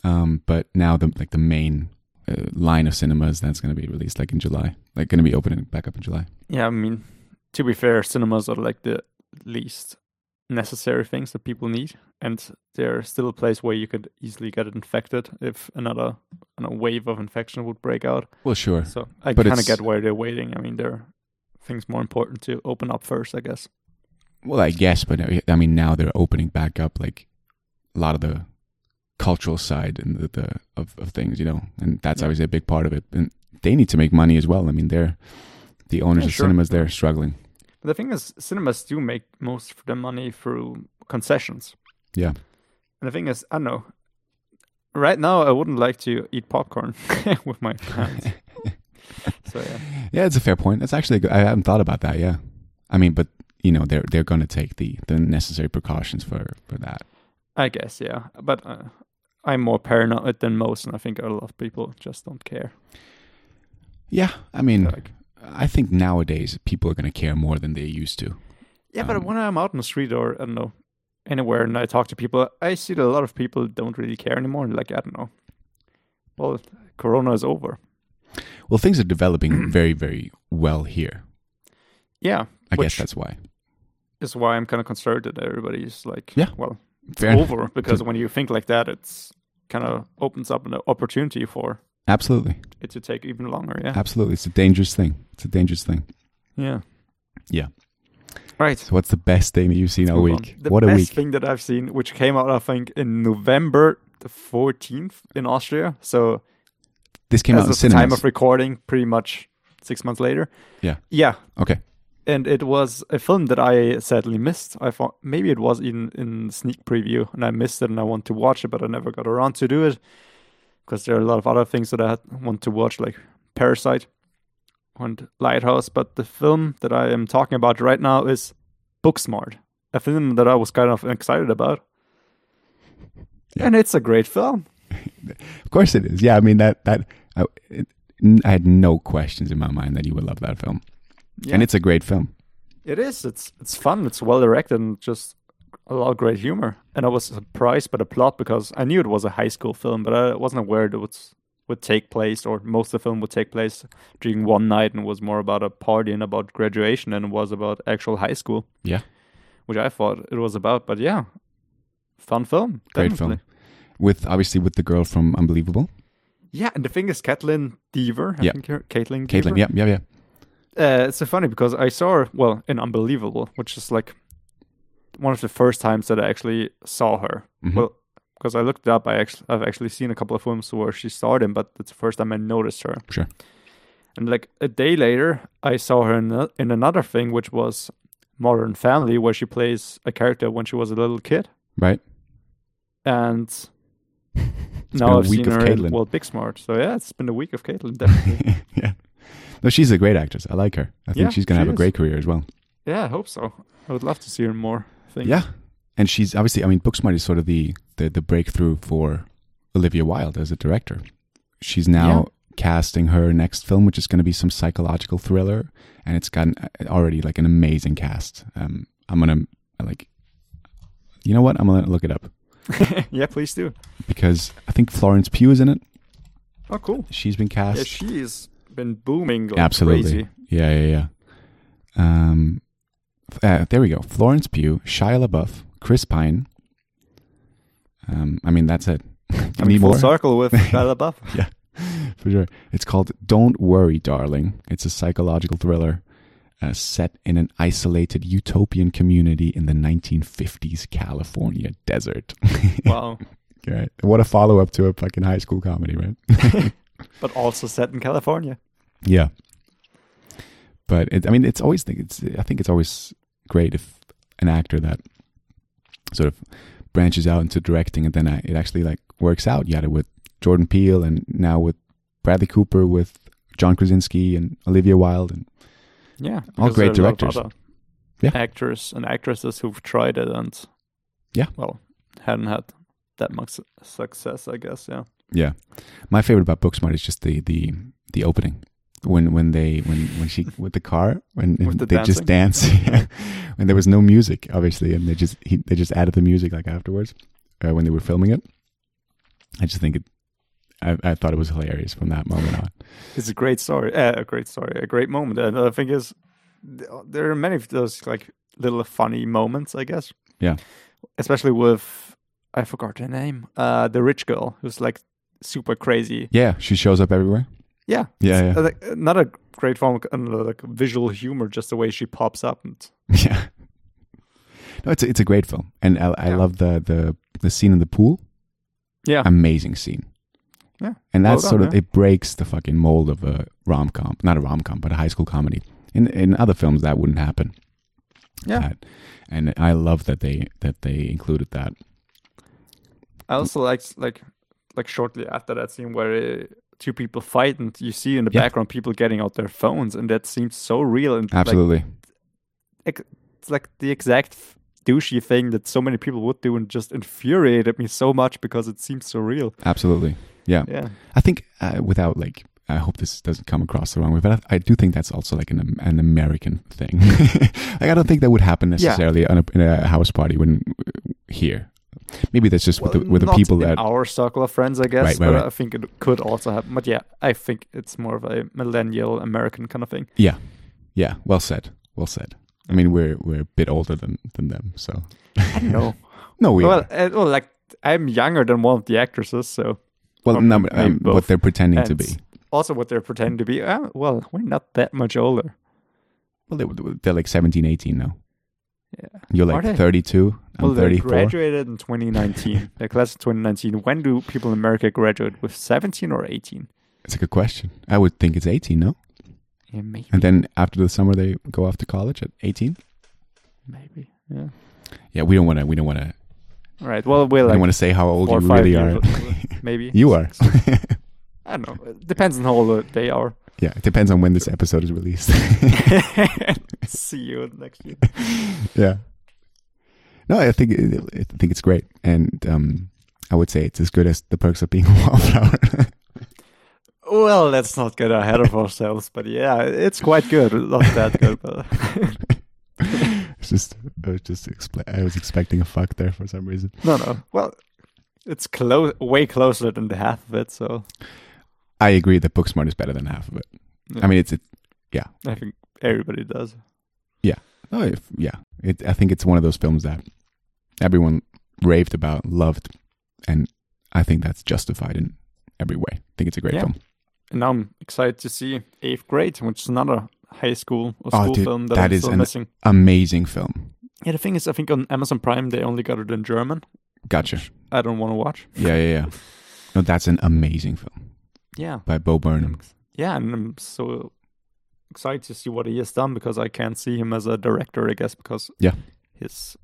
S2: Um, but now the like the main uh, line of cinemas that's going to be released like in July, like going to be opening back up in July.
S3: Yeah, I mean, to be fair, cinemas are like the least necessary things that people need, and they're still a place where you could easily get infected if another you know, wave of infection would break out.
S2: Well, sure.
S3: So I
S2: But
S3: kind of
S2: it's-
S3: get why they're waiting. I mean, there are things more important to open up first, I guess.
S2: Well, I guess, but I- I mean now they're opening back up like a lot of the cultural side and the, the of, of things, you know, and that's
S3: Yeah.
S2: obviously a big part of it. And they need to make money as well. I mean, they're the owners
S3: Yeah,
S2: of
S3: sure.
S2: cinemas. They're struggling.
S3: But the thing is, cinemas do make most of their money through concessions.
S2: Yeah.
S3: And the thing is, I don't know. Right now, I wouldn't like to eat popcorn with my hands. so yeah,
S2: Yeah, it's a fair point. That's actually a good, I haven't thought about that. Yeah, I mean, but you know, they're they're going to take the the necessary precautions for for that.
S3: I guess yeah. But uh, I'm more paranoid than most, and I think a lot of people just don't care.
S2: Yeah, I mean,
S3: Like,
S2: I think nowadays people are going to care more than they used to.
S3: yeah, but
S2: Um,
S3: when I'm out in the street or I don't know anywhere, and I talk to people, I see that a lot of people don't really care anymore. Like I don't know. Well, Corona is over.
S2: Well, things are developing very very well here.
S3: Yeah,
S2: I
S3: Which-
S2: guess that's why.
S3: is why I'm kind of concerned that everybody's like,
S2: Yeah.
S3: well,
S2: Fair.
S3: over because when you think like that, it's kind of opens up an opportunity for
S2: Absolutely.
S3: it to take even longer. Yeah.
S2: Absolutely. It's a dangerous thing. It's a dangerous thing.
S3: Yeah.
S2: Yeah.
S3: Right.
S2: So what's the best thing that you've seen all
S3: Move on.
S2: week?
S3: The
S2: What a
S3: best
S2: week.
S3: thing that I've seen, which came out, I think, in November the 14th in Austria. So,
S2: This came out
S3: as
S2: in
S3: of the time
S2: cinemas.
S3: of recording, pretty much six months later.
S2: Yeah.
S3: Yeah.
S2: okay.
S3: and it was a film that I sadly missed. I thought maybe it was in in sneak preview, and I missed it, and I want to watch it, but I never got around to do it because there are a lot of other things that I had, want to watch, like Parasite, and Lighthouse, but the film that I am talking about right now is Booksmart, a film that I was kind of excited about.
S2: Yeah.
S3: And it's a great film.
S2: Of course it is. Yeah, I mean that that I, it, I had no questions in my mind that you would love that film,
S3: Yeah.
S2: and it's a great film.
S3: It is. It's it's fun. It's well directed and just a lot of great humor. And I was surprised by the plot because I knew it was a high school film, but I wasn't aware that it was, would take place or most of the film would take place during one night and was more about a party and about graduation than it was about actual high school,
S2: Yeah,
S3: which I thought it was about. But yeah, fun film.
S2: great
S3: definitely.
S2: film. With obviously with the girl from Unbelievable,
S3: Yeah, and the thing is, Caitlin Deaver. I
S2: Yeah.
S3: think her, Caitlin.
S2: Caitlin.
S3: Deaver.
S2: Yeah, yeah, yeah.
S3: uh, it's so funny because I saw her well in Unbelievable, which is like one of the first times that I actually saw her.
S2: Mhm.
S3: Well, because I looked it up, I actually I've actually seen a couple of films where she starred in, but it's the first time I noticed her.
S2: Sure.
S3: And like a day later, I saw her in, a, in another thing, which was Modern Family, where she plays a character when she was a little kid,
S2: Right.
S3: and
S2: been a
S3: now I've
S2: week
S3: seen
S2: of
S3: her in
S2: Caitlyn.
S3: well Big Smart. So yeah, it's been a week of Caitlin. Definitely.
S2: yeah. No, she's a great actress. I like her. I think
S3: Yeah,
S2: she's gonna have
S3: she
S2: a
S3: is.
S2: great career as well.
S3: yeah, I hope so. I would love to see her in more. Things.
S2: Yeah, and she's obviously. I mean, Booksmart is sort of the the, the breakthrough for Olivia Wilde as a director. She's now casting her next film, which is going to be some psychological thriller, and it's got an, already like an amazing cast. Um, I'm gonna like, you know what? I'm gonna look it up
S3: yeah, please do.
S2: because I think Florence Pugh is in it.
S3: Oh, cool.
S2: She's been cast.
S3: Yeah, she's been booming like
S2: Absolutely.
S3: crazy.
S2: Yeah, yeah, yeah. Um, f- uh, there we go. Florence Pugh, Shia LaBeouf, Chris Pine. Um, I mean, that's it.
S3: I mean,
S2: Need
S3: full
S2: more?
S3: circle with Shia LaBeouf.
S2: For sure. It's called Don't Worry, Darling. It's a psychological thriller uh, set in an isolated utopian community in the 1950s California desert.
S3: Wow.
S2: right. What a follow up to a fucking high school comedy, right?
S3: But also set in California.
S2: Yeah. But it, I mean, it's always it's I think it's always great if an actor that sort of branches out into directing and then I, it actually like works out. You had it with Jordan Peele and now with Bradley Cooper with John Krasinski and Olivia Wilde and
S3: Yeah.
S2: All
S3: because
S2: great
S3: there are a lot of
S2: directors.
S3: other
S2: Yeah.
S3: Actors and actresses who've tried it and,
S2: Yeah.
S3: well, hadn't had that much success, I guess. Yeah.
S2: yeah. My favorite about Booksmart is just the the the opening when when they when when she with the car when
S3: With the
S2: they just dance when there was no music obviously and they just he, they just added the music like afterwards uh, when they were filming it i just think it I, I thought it was hilarious from that moment on
S3: It's a great story. Uh, a great story. A great moment. And the thing is, th- uh, there are many of those like little funny moments, I guess.
S2: Yeah.
S3: Especially with, I forgot her name, uh, the rich girl who's like super crazy.
S2: yeah she shows up everywhere
S3: Yeah.
S2: Yeah,
S3: It's,
S2: yeah.
S3: uh, like, uh, not a great form of uh, like visual humor, just the way she pops up. And,
S2: yeah no it's a, it's a great film and i, I
S3: Yeah.
S2: love the the the scene in the pool
S3: yeah.
S2: amazing scene
S3: yeah.
S2: And
S3: Well
S2: that's
S3: done,
S2: sort of
S3: yeah.
S2: it breaks the fucking mold of a rom com, not a rom com, but a high school comedy. In in other films, that wouldn't happen.
S3: Yeah.
S2: That- and I love that they that they included that.
S3: I also liked like like shortly after that scene where uh, two people fight and you see in the
S2: Yeah.
S3: background people getting out their phones and that seems so real and like,
S2: Absolutely,
S3: ex- it's like the exact f- douchey thing that so many people would do and just infuriated me so much because it seems so real.
S2: absolutely, yeah.
S3: Yeah.
S2: I think uh, without like, I hope this doesn't come across the wrong way, but I, I do think that's also like an an American thing. like I don't think that would happen necessarily on a, in a house party when uh, here. Maybe that's just with the, with the
S3: not
S2: people
S3: in
S2: that
S3: our circle of friends, I guess,
S2: Right, right,
S3: but
S2: right.
S3: I think it could also happen. But yeah, I think it's more of a millennial American kind of thing.
S2: Yeah, yeah. Well said. Well said. I mean, we're we're a bit older than than them, so
S3: I don't know.
S2: no, we
S3: well,
S2: are.
S3: uh, well, like I'm younger than one of the actresses, so
S2: Well,
S3: or
S2: no,
S3: maybe
S2: um, what
S3: both.
S2: they're pretending to
S3: And
S2: be.
S3: Also, what they're pretending to be. Uh, well, we're not that much older.
S2: Well, they, they're like 17, 18 now.
S3: Yeah.
S2: You're
S3: Are
S2: like
S3: they?
S2: 32. I'm
S3: well, they
S2: 34.
S3: graduated in 2019. the class of 2019. When do people in America graduate? With 17 or 18?
S2: It's a good question. I would think it's 18, no?
S3: Yeah, maybe.
S2: And then after the summer, they go off to college at 18.
S3: Maybe. Yeah.
S2: Yeah, we don't want to. We don't want to.
S3: All right. Well, we're
S2: I
S3: like
S2: want to say how old
S3: four
S2: you
S3: or five
S2: really
S3: years
S2: are.
S3: old, maybe.
S2: you are.
S3: I I don't know. It depends on how old they are.
S2: Yeah, it depends on when this episode is released.
S3: See you next year.
S2: yeah. No, I think it- I think it's great, and um, I would say it's as good as the perks of being a wallflower.
S3: Well, let's not get ahead of ourselves, but yeah, it's quite good. Not that good, but
S2: it's just I was just expl- I was expecting a fuck there for some reason.
S3: no, no. Well, it's close, way closer than the half of it. So
S2: I agree that Booksmart is better than half of it.
S3: Yeah.
S2: I mean, it's it,
S3: I think everybody does.
S2: oh, if, yeah. It, I think it's one of those films that everyone raved about, loved, and I think that's justified in every way. I think it's a great
S3: Yeah.
S2: film.
S3: And now I'm excited to see Eighth Grade, which is another high school or
S2: Oh,
S3: school
S2: dude,
S3: film that,
S2: that
S3: I'm
S2: is
S3: still
S2: an-
S3: missing.
S2: Amazing film.
S3: Yeah, the thing is, I think on Amazon Prime they only got it in German.
S2: Gotcha.
S3: I don't want to watch.
S2: Yeah, yeah, yeah. No, that's an amazing film
S3: Yeah,
S2: by Bo Burnham.
S3: yeah, and I'm so excited to see what he has done because I can't see him as a director, I guess, because
S2: Yeah.
S3: his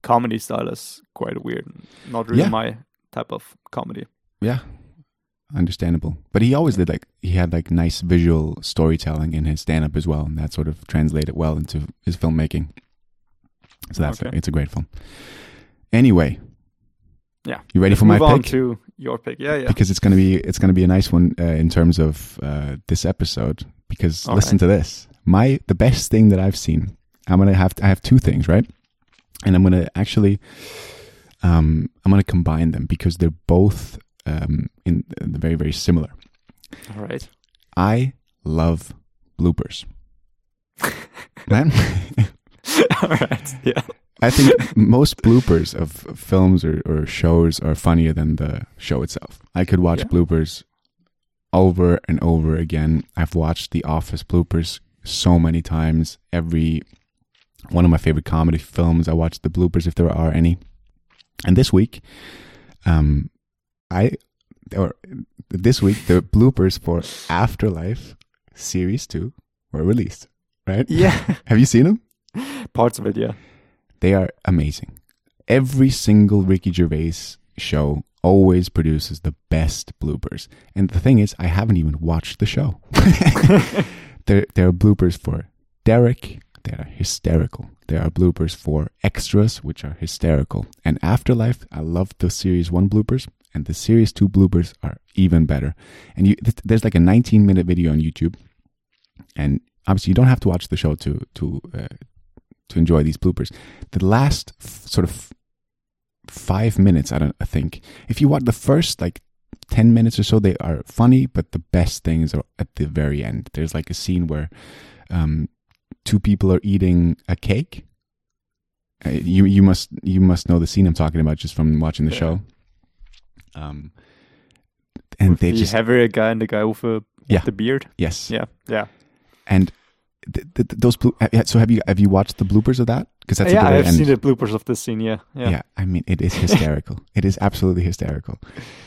S3: comedy style is quite weird. Not really
S2: Yeah.
S3: my type of comedy.
S2: Yeah. Understandable. But he always did like he had like nice visual storytelling in his stand up as well, and that sort of translated well into his filmmaking. So that's
S3: Okay.
S2: it's a great film. Anyway.
S3: Yeah.
S2: You ready
S3: Let's
S2: for my
S3: move on
S2: pick?
S3: to your pick. Yeah, yeah.
S2: Because it's gonna be it's gonna be a nice one uh, in terms of uh, this episode. Because
S3: All
S2: listen
S3: right.
S2: to this. My the best thing that I've seen. I'm gonna have to, I have two things right, and I'm gonna actually um, I'm gonna combine them because they're both um, in, in very very similar.
S3: All right.
S2: I love bloopers. Man,
S3: All right. Yeah.
S2: I think most bloopers of films or, or shows are funnier than the show itself. I could watch
S3: Yeah.
S2: bloopers over and over again. I've watched The Office bloopers so many times. Every one of my favorite comedy films, I watch the bloopers if there are any. And this week, um, I or this week the bloopers for Afterlife series two were released. Right?
S3: Yeah.
S2: Have you seen them?
S3: Parts of it, yeah.
S2: They are amazing. Every single Ricky Gervais show always produces the best bloopers. And the thing is, I haven't even watched the show. there, there are bloopers for Derek that are hysterical. There are bloopers for extras, which are hysterical. And Afterlife, I love the series one bloopers, and the series two bloopers are even better. And you, th- there's like a 19 minute video on YouTube, and obviously you don't have to watch the show to to uh, to enjoy these bloopers. The last f- sort of five minutes, I don't I think. If you watch the first like ten minutes or so, they are funny, but the best things are at the very end. There's like a scene where um, two people are eating a cake. Uh, you you must you must know the scene I'm talking about just from watching the
S3: Yeah.
S2: show. Um, and they
S3: the
S2: just
S3: heavier guy and the guy with, uh, with
S2: Yeah.
S3: the beard.
S2: yes
S3: Yeah. Yeah.
S2: and th- th- th- those blo- uh, yeah, so have you have you watched the bloopers of that because that's
S3: yeah,
S2: at the
S3: I
S2: very
S3: have
S2: end.
S3: seen the bloopers of this scene, yeah. Yeah.
S2: Yeah. I mean, it is hysterical. it is absolutely hysterical,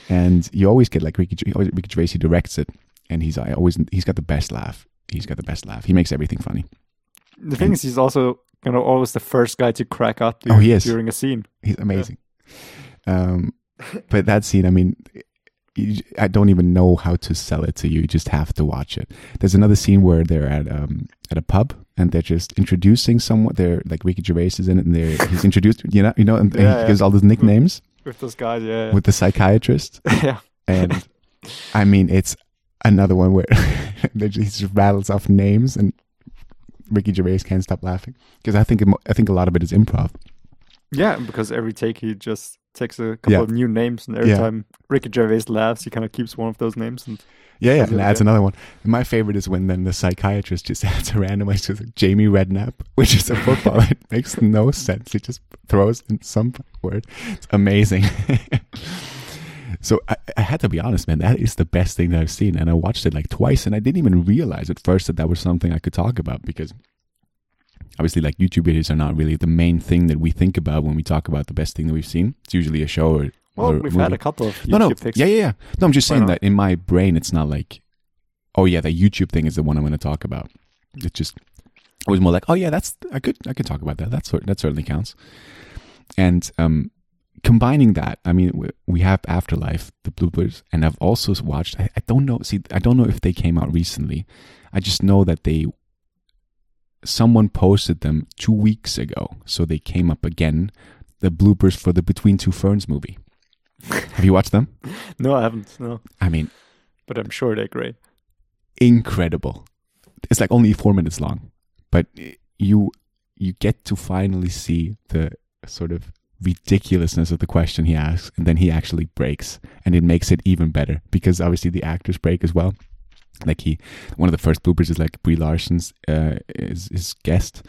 S2: and you always get like Ricky, Gervais- always- Ricky Gervais. He directs it, and he's I always he's got the best laugh. He's got the best laugh. He makes everything funny.
S3: The thing is, he's also you know always the first guy to crack up
S2: Oh, he is.
S3: during a scene.
S2: He's amazing. Um, but that scene, I mean, you, I don't even know how to sell it to you. You just have to watch it. There's another scene where they're at um, at a pub and they're just introducing someone. They're like Ricky Gervais is in it, and they're he's introduced. You know, you know, and, and
S3: Yeah,
S2: he
S3: yeah.
S2: gives all those nicknames
S3: With this guy, yeah.
S2: with the psychiatrist.
S3: yeah.
S2: And I mean, it's another one where they just, he just rattles off names, and Ricky Gervais can't stop laughing because I think it mo- I think a lot of it is improv.
S3: Yeah, because every take he just takes a couple
S2: Yeah.
S3: of new names and every
S2: Yeah.
S3: time Ricky Gervais laughs, he kind of keeps one of those names and
S2: Yeah, yeah,
S3: Does it
S2: and adds
S3: again.
S2: another one. My favorite is when then the psychiatrist just adds a randomizer to Jamie Redknapp, which is a football. it makes no sense. He just throws in some word. It's amazing. so I, I had to be honest, man. That is the best thing that I've seen, and I watched it like twice, and I didn't even realize at first that that was something I could talk about because obviously, like YouTube videos are not really the main thing that we think about when we talk about the best thing that we've seen. It's usually a show or
S3: well,
S2: or
S3: we've
S2: movie
S3: had a couple of YouTube
S2: no, no,
S3: picks.
S2: yeah, yeah, yeah. No, I'm just
S3: Why
S2: saying
S3: not?
S2: that in my brain, it's not like, oh yeah, the YouTube thing is the one I'm going to talk about. It's just, it was more like, oh yeah, that's I could I could talk about that. That sort that certainly counts. And um, combining that, I mean, we- we have Afterlife, the bloopers, and I've also watched. I, I don't know. See, I don't know if they came out recently. I just know that they. Someone posted them two weeks ago, so they came up again. The bloopers for the Between Two Ferns movie. have you watched them?
S3: No, I haven't. No,
S2: I mean,
S3: but I'm sure they're great.
S2: incredible. It's like only four minutes long, but you you get to finally see the sort of ridiculousness of the question he asks, and then he actually breaks, and it makes it even better because obviously the actors break as well. Like he, one of the first bloopers is like Brie Larson's uh, is his guest,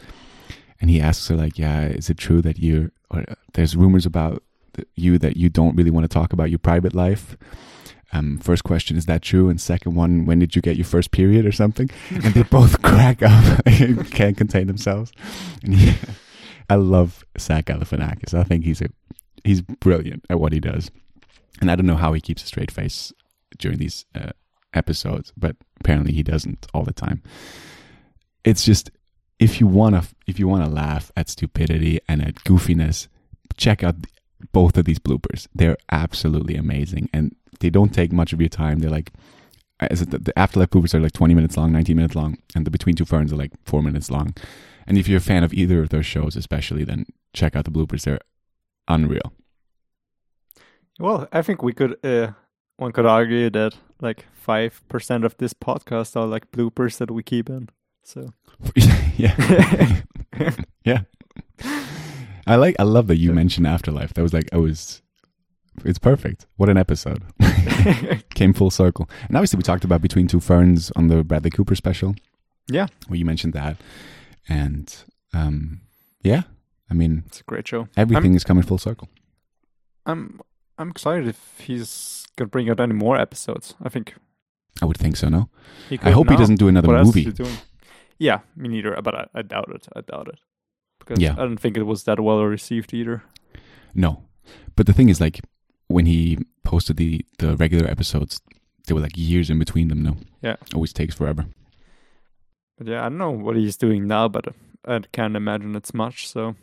S2: and he asks her like, "Yeah, is it true that you or uh, there's rumors about th- you that you don't really want to talk about your private life?" um, first question, is that true? And second one, when did you get your first period or something? And they both crack up and can't contain themselves. And he, I love Zach Galifianakis. I think he's a he's brilliant at what he does. And I don't know how he keeps a straight face during these uh, episodes, but apparently he doesn't all the time. It's just if you wanna if you wanna laugh at stupidity and at goofiness, check out both of these bloopers. They're absolutely amazing, and they don't take much of your time. They're like, uh, is it the, the afterlife bloopers are like twenty minutes long, nineteen minutes long, and the between two ferns are like four minutes long. And if you're a fan of either of those shows, especially, then check out the bloopers. They're unreal.
S3: Well, I think we could. Uh, one could argue that like five percent of this podcast are like bloopers that we keep in. So
S2: yeah, yeah. I like. I love that you mentioned afterlife. That was like I was. It's perfect. What an episode. Came full circle. And obviously, we talked about Between Two Ferns on the Bradley Cooper special.
S3: yeah,
S2: Well, you mentioned that, and um, yeah, I mean
S3: it's a great show.
S2: everything is coming full circle.
S3: I'm I'm excited if he's gonna bring out any more episodes. I think
S2: I would think so. No,
S3: he could
S2: I hope he
S3: now.
S2: doesn't do another
S3: what else is
S2: movie.
S3: he doing? Yeah, me neither. But I, I doubt it. I doubt it because
S2: Yeah.
S3: I don't think it was that well received either.
S2: No, but the thing is, like when he posted the the regular episodes, there were like years in between them. No,
S3: Yeah.
S2: always takes forever.
S3: But yeah, I don't know what he's doing now, but I can't imagine it's much. So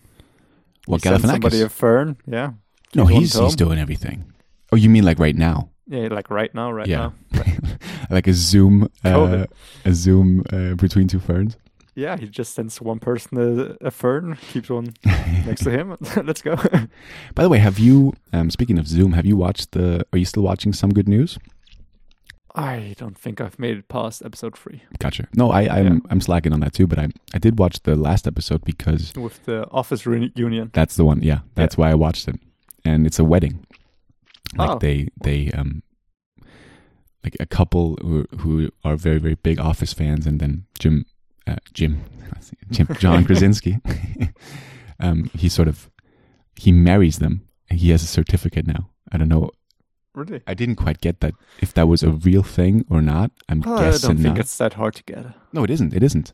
S2: Well,
S3: he sent somebody
S2: Galifianakis.
S3: a fern. Yeah,
S2: no,
S3: one
S2: he's
S3: home.
S2: he's doing everything. Oh, you mean like right now?
S3: yeah, like right now, right
S2: yeah,
S3: now.
S2: like a Zoom, uh,
S3: Covid.
S2: a Zoom uh, between two ferns.
S3: Yeah, he just sends one person a, a fern, keeps one next to him. Let's go.
S2: By the way, have you? Um, speaking of Zoom, have you watched the? Are you still watching some good news?
S3: I don't think I've made it past episode three
S2: Gotcha. No, I, I'm
S3: Yeah.
S2: I'm slacking on that too, but I I did watch the last episode because
S3: with the office reunion.
S2: that's the one. Yeah, that's why I watched it, and it's a wedding. Like
S3: Oh.
S2: they they um like a couple who who are very very big Office fans, and then Jim uh, Jim Jim John Krasinski. um, he sort of he marries them, and he has a certificate now. I don't know.
S3: Really?
S2: I didn't quite get that if that was a real thing or not. I'm
S3: Oh, I
S2: guessing
S3: don't think
S2: not.
S3: it's that hard to get.
S2: No, it isn't. It isn't.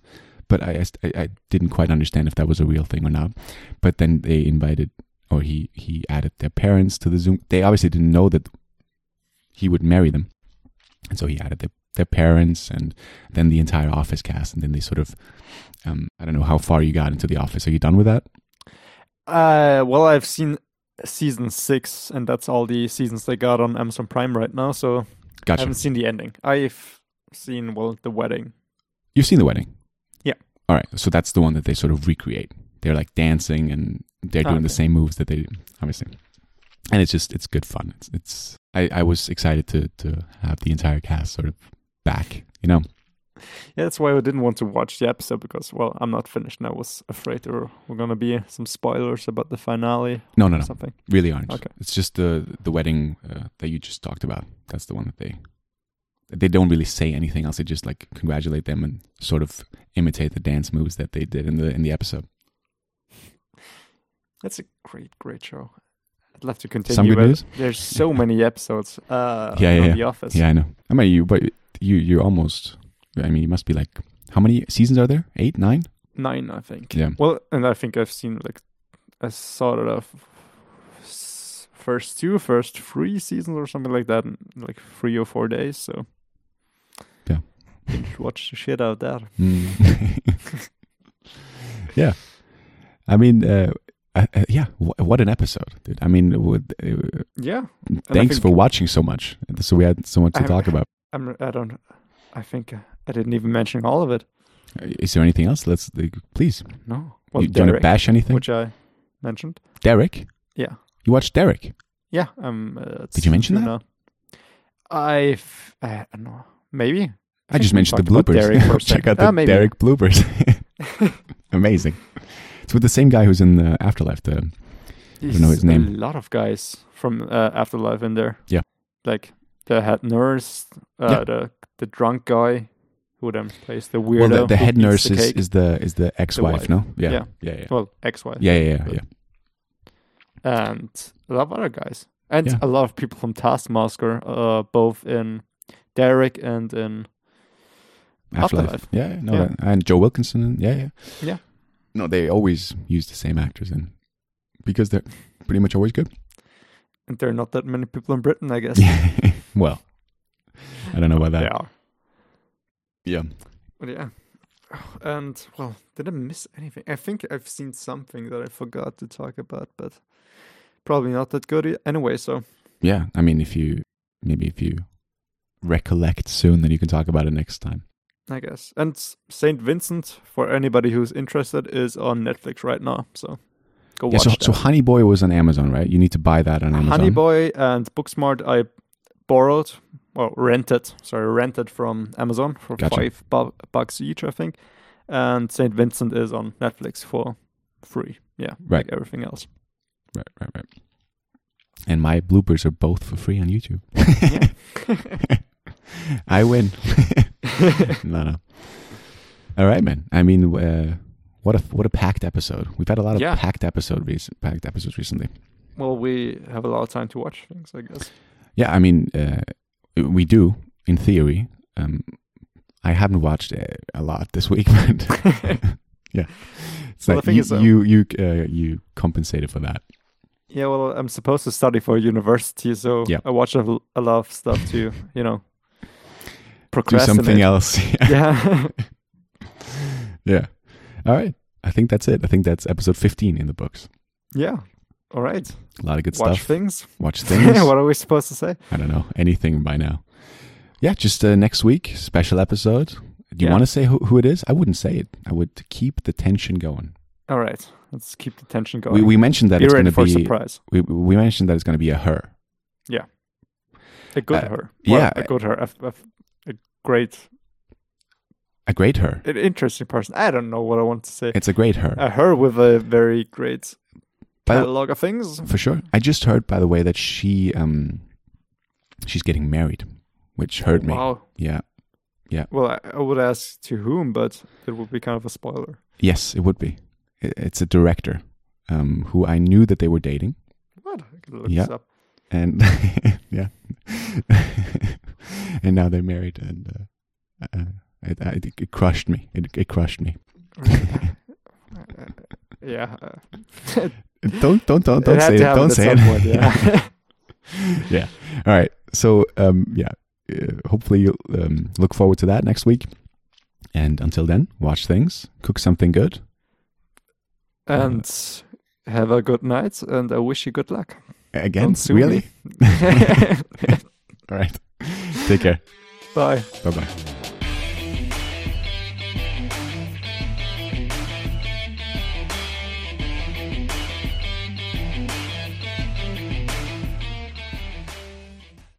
S2: But I, I st- I, I didn't quite understand if that was a real thing or not. But then they invited, or he, he added their parents to the Zoom. They obviously didn't know that he would marry them. And so he added their, their parents and then the entire office cast. And then they sort of, um, I don't know how far you got into the office. Are you done with that?
S3: Uh, well, I've seen season six, and that's all the seasons they got on Amazon Prime right now. So I
S2: Gotcha.
S3: haven't seen the ending. I've seen well the wedding.
S2: You've seen the wedding.
S3: Yeah.
S2: All right. So that's the one that they sort of recreate. They're like dancing and they're
S3: Ah,
S2: doing the
S3: okay.
S2: same moves that they obviously. And it's just it's good fun. It's it's I, I was excited to to have the entire cast sort of back, you know.
S3: Yeah, that's why I didn't want to watch the episode because well, I'm not finished, and I was afraid there were gonna be some spoilers about the finale
S2: No, no,
S3: or
S2: no.
S3: something.
S2: Really aren't.
S3: Okay.
S2: It's just the the wedding uh, that you just talked about. That's the one that they they don't really say anything else. They just like congratulate them and sort of imitate the dance moves that they did in the in the episode.
S3: That's a great, great show. I'd love to continue.
S2: Some good
S3: but
S2: news?
S3: There's so many episodes. Uh,
S2: Yeah, yeah,
S3: on
S2: yeah.
S3: The Office.
S2: Yeah, I know. I mean, you, but you, you're almost. I mean, you must be like, how many seasons are there? Eight, nine?
S3: nine, I think.
S2: Yeah.
S3: Well, and I think I've seen like I saw that of s- first two, first three seasons or something like that in like three or four days. So
S2: Yeah.
S3: Binge watch the shit out of that.
S2: Mm. yeah. I mean, uh, Uh, uh, yeah, wh- what an episode, dude! I mean, with, uh,
S3: Yeah, I
S2: thanks
S3: think-
S2: for watching so much. So we had so much to
S3: I-
S2: talk about.
S3: I'm. I don't. I think I didn't even mention all of it.
S2: Is there anything else? Let's like, please.
S3: No.
S2: you do you want to bash anything?
S3: which I mentioned.
S2: Derek.
S3: Yeah.
S2: You watched Derek.
S3: Yeah. Um. Uh,
S2: Did you mention that?
S3: I. uh, I don't know. Maybe.
S2: I
S3: think
S2: just
S3: we
S2: mentioned the
S3: talked about
S2: bloopers.
S3: Derek for a
S2: Check
S3: second.
S2: out the
S3: Ah, maybe.
S2: Derek bloopers. Amazing. It's with the same guy who's in the Afterlife. The don't know
S3: There's
S2: his name.
S3: A lot of guys from uh, Afterlife in there.
S2: Yeah.
S3: Like the head nurse, uh,
S2: Yeah.
S3: the the drunk guy, who then plays the
S2: well,
S3: weirdo.
S2: the, the
S3: who
S2: head
S3: eats
S2: nurse
S3: the
S2: is,
S3: cake.
S2: is the is the ex-wife.
S3: wife.
S2: no. Yeah.
S3: Yeah.
S2: Yeah. Yeah.
S3: well ex-wife,
S2: Yeah. Yeah. Yeah.
S3: But-
S2: yeah.
S3: and a lot of other guys, and
S2: Yeah.
S3: a lot of people from Taskmaster, uh, both in Derek and in
S2: Afterlife.
S3: Afterlife.
S2: Yeah, yeah, no,
S3: Yeah.
S2: that- and Joe Wilkinson. and- Yeah, yeah,
S3: Yeah.
S2: No, they always use the same actors, and because they're pretty much always good.
S3: and there are not that many people in Britain, I guess.
S2: Yeah. well, I don't know about
S3: They
S2: that.
S3: are.
S2: Yeah.
S3: But yeah. And well, did I miss anything? I think I've seen something that I forgot to talk about, but probably not that good i- anyway. So
S2: yeah, I mean, if you maybe if you recollect soon, then you can talk about it next time.
S3: I guess. And S- Saint Vincent, for anybody who's interested, is on Netflix right now. So go
S2: Yeah.
S3: watch
S2: So,
S3: that.
S2: so Honey Boy was on Amazon, right? You need to buy that on Amazon.
S3: Honey Boy and Booksmart, I borrowed or rented. Sorry, rented from Amazon for
S2: Gotcha.
S3: five bu- bucks each, I think. And Saint Vincent is on Netflix for free. Yeah,
S2: Right.
S3: like everything else.
S2: Right. Right. Right. And my bloopers are both for free on YouTube. I win. no, no. All right, man. I mean, uh, what a what a packed episode. We've had a lot of
S3: Yeah.
S2: packed episode recent packed episodes recently.
S3: Well, we have a lot of time to watch things, I guess.
S2: Yeah, I mean, uh, we do in theory. Um, I haven't watched uh, a lot this week, but yeah, it's
S3: Well, the
S2: like
S3: thing
S2: you,
S3: is, um,
S2: you you uh, you compensated for that.
S3: Yeah, well, I'm supposed to study for university, so
S2: Yeah.
S3: I watch a, l- a lot of stuff to, you know,
S2: Do
S3: procrastinate.
S2: something else.
S3: Yeah.
S2: yeah. All right. I think that's it. I think that's episode fifteen in the books.
S3: yeah. All right.
S2: A lot of good
S3: Watch
S2: stuff.
S3: things.
S2: Watch things.
S3: what are we supposed to say?
S2: I don't know anything by now. Yeah, just uh, next week special episode. Do you
S3: Yeah.
S2: want to say who, who it is? I wouldn't say it. I would keep the tension going.
S3: All right. Let's keep the tension going.
S2: We, we mentioned that
S3: Be
S2: it's going
S3: ready
S2: to
S3: for a
S2: be.
S3: surprise.
S2: We, we mentioned that it's going to be a her.
S3: A good
S2: Uh,
S3: her.
S2: yeah.
S3: A good her. A, f- a f- a great,
S2: A great her.
S3: an interesting person. I don't know what I want to say.
S2: It's a great her.
S3: A her with a very great
S2: By the-
S3: catalog of things.
S2: for sure. I just heard, by the way, that she um she's getting married, which hurt me.
S3: Wow.
S2: Yeah.
S3: Well, I, I would ask to whom, but it would be kind of a spoiler.
S2: Yes, it would be. I- It's a director um, who I knew that they were dating.
S3: What? I could look
S2: Yeah.
S3: this up.
S2: and yeah, and now they're married, and uh, uh, it, I, it crushed me. It, it crushed me.
S3: yeah. uh,
S2: Don't don't don't don't
S3: it had
S2: say it.
S3: to happen
S2: Don't
S3: at
S2: say it.
S3: some point, yeah.
S2: yeah. All right. So um, yeah. Uh, hopefully you'll um, look forward to that next week. And until then, watch things, cook something good.
S3: and have a good night, and I wish you good luck.
S2: Again,
S3: Don't sue me.
S2: really? All right. Take care.
S3: Bye.
S2: Bye bye.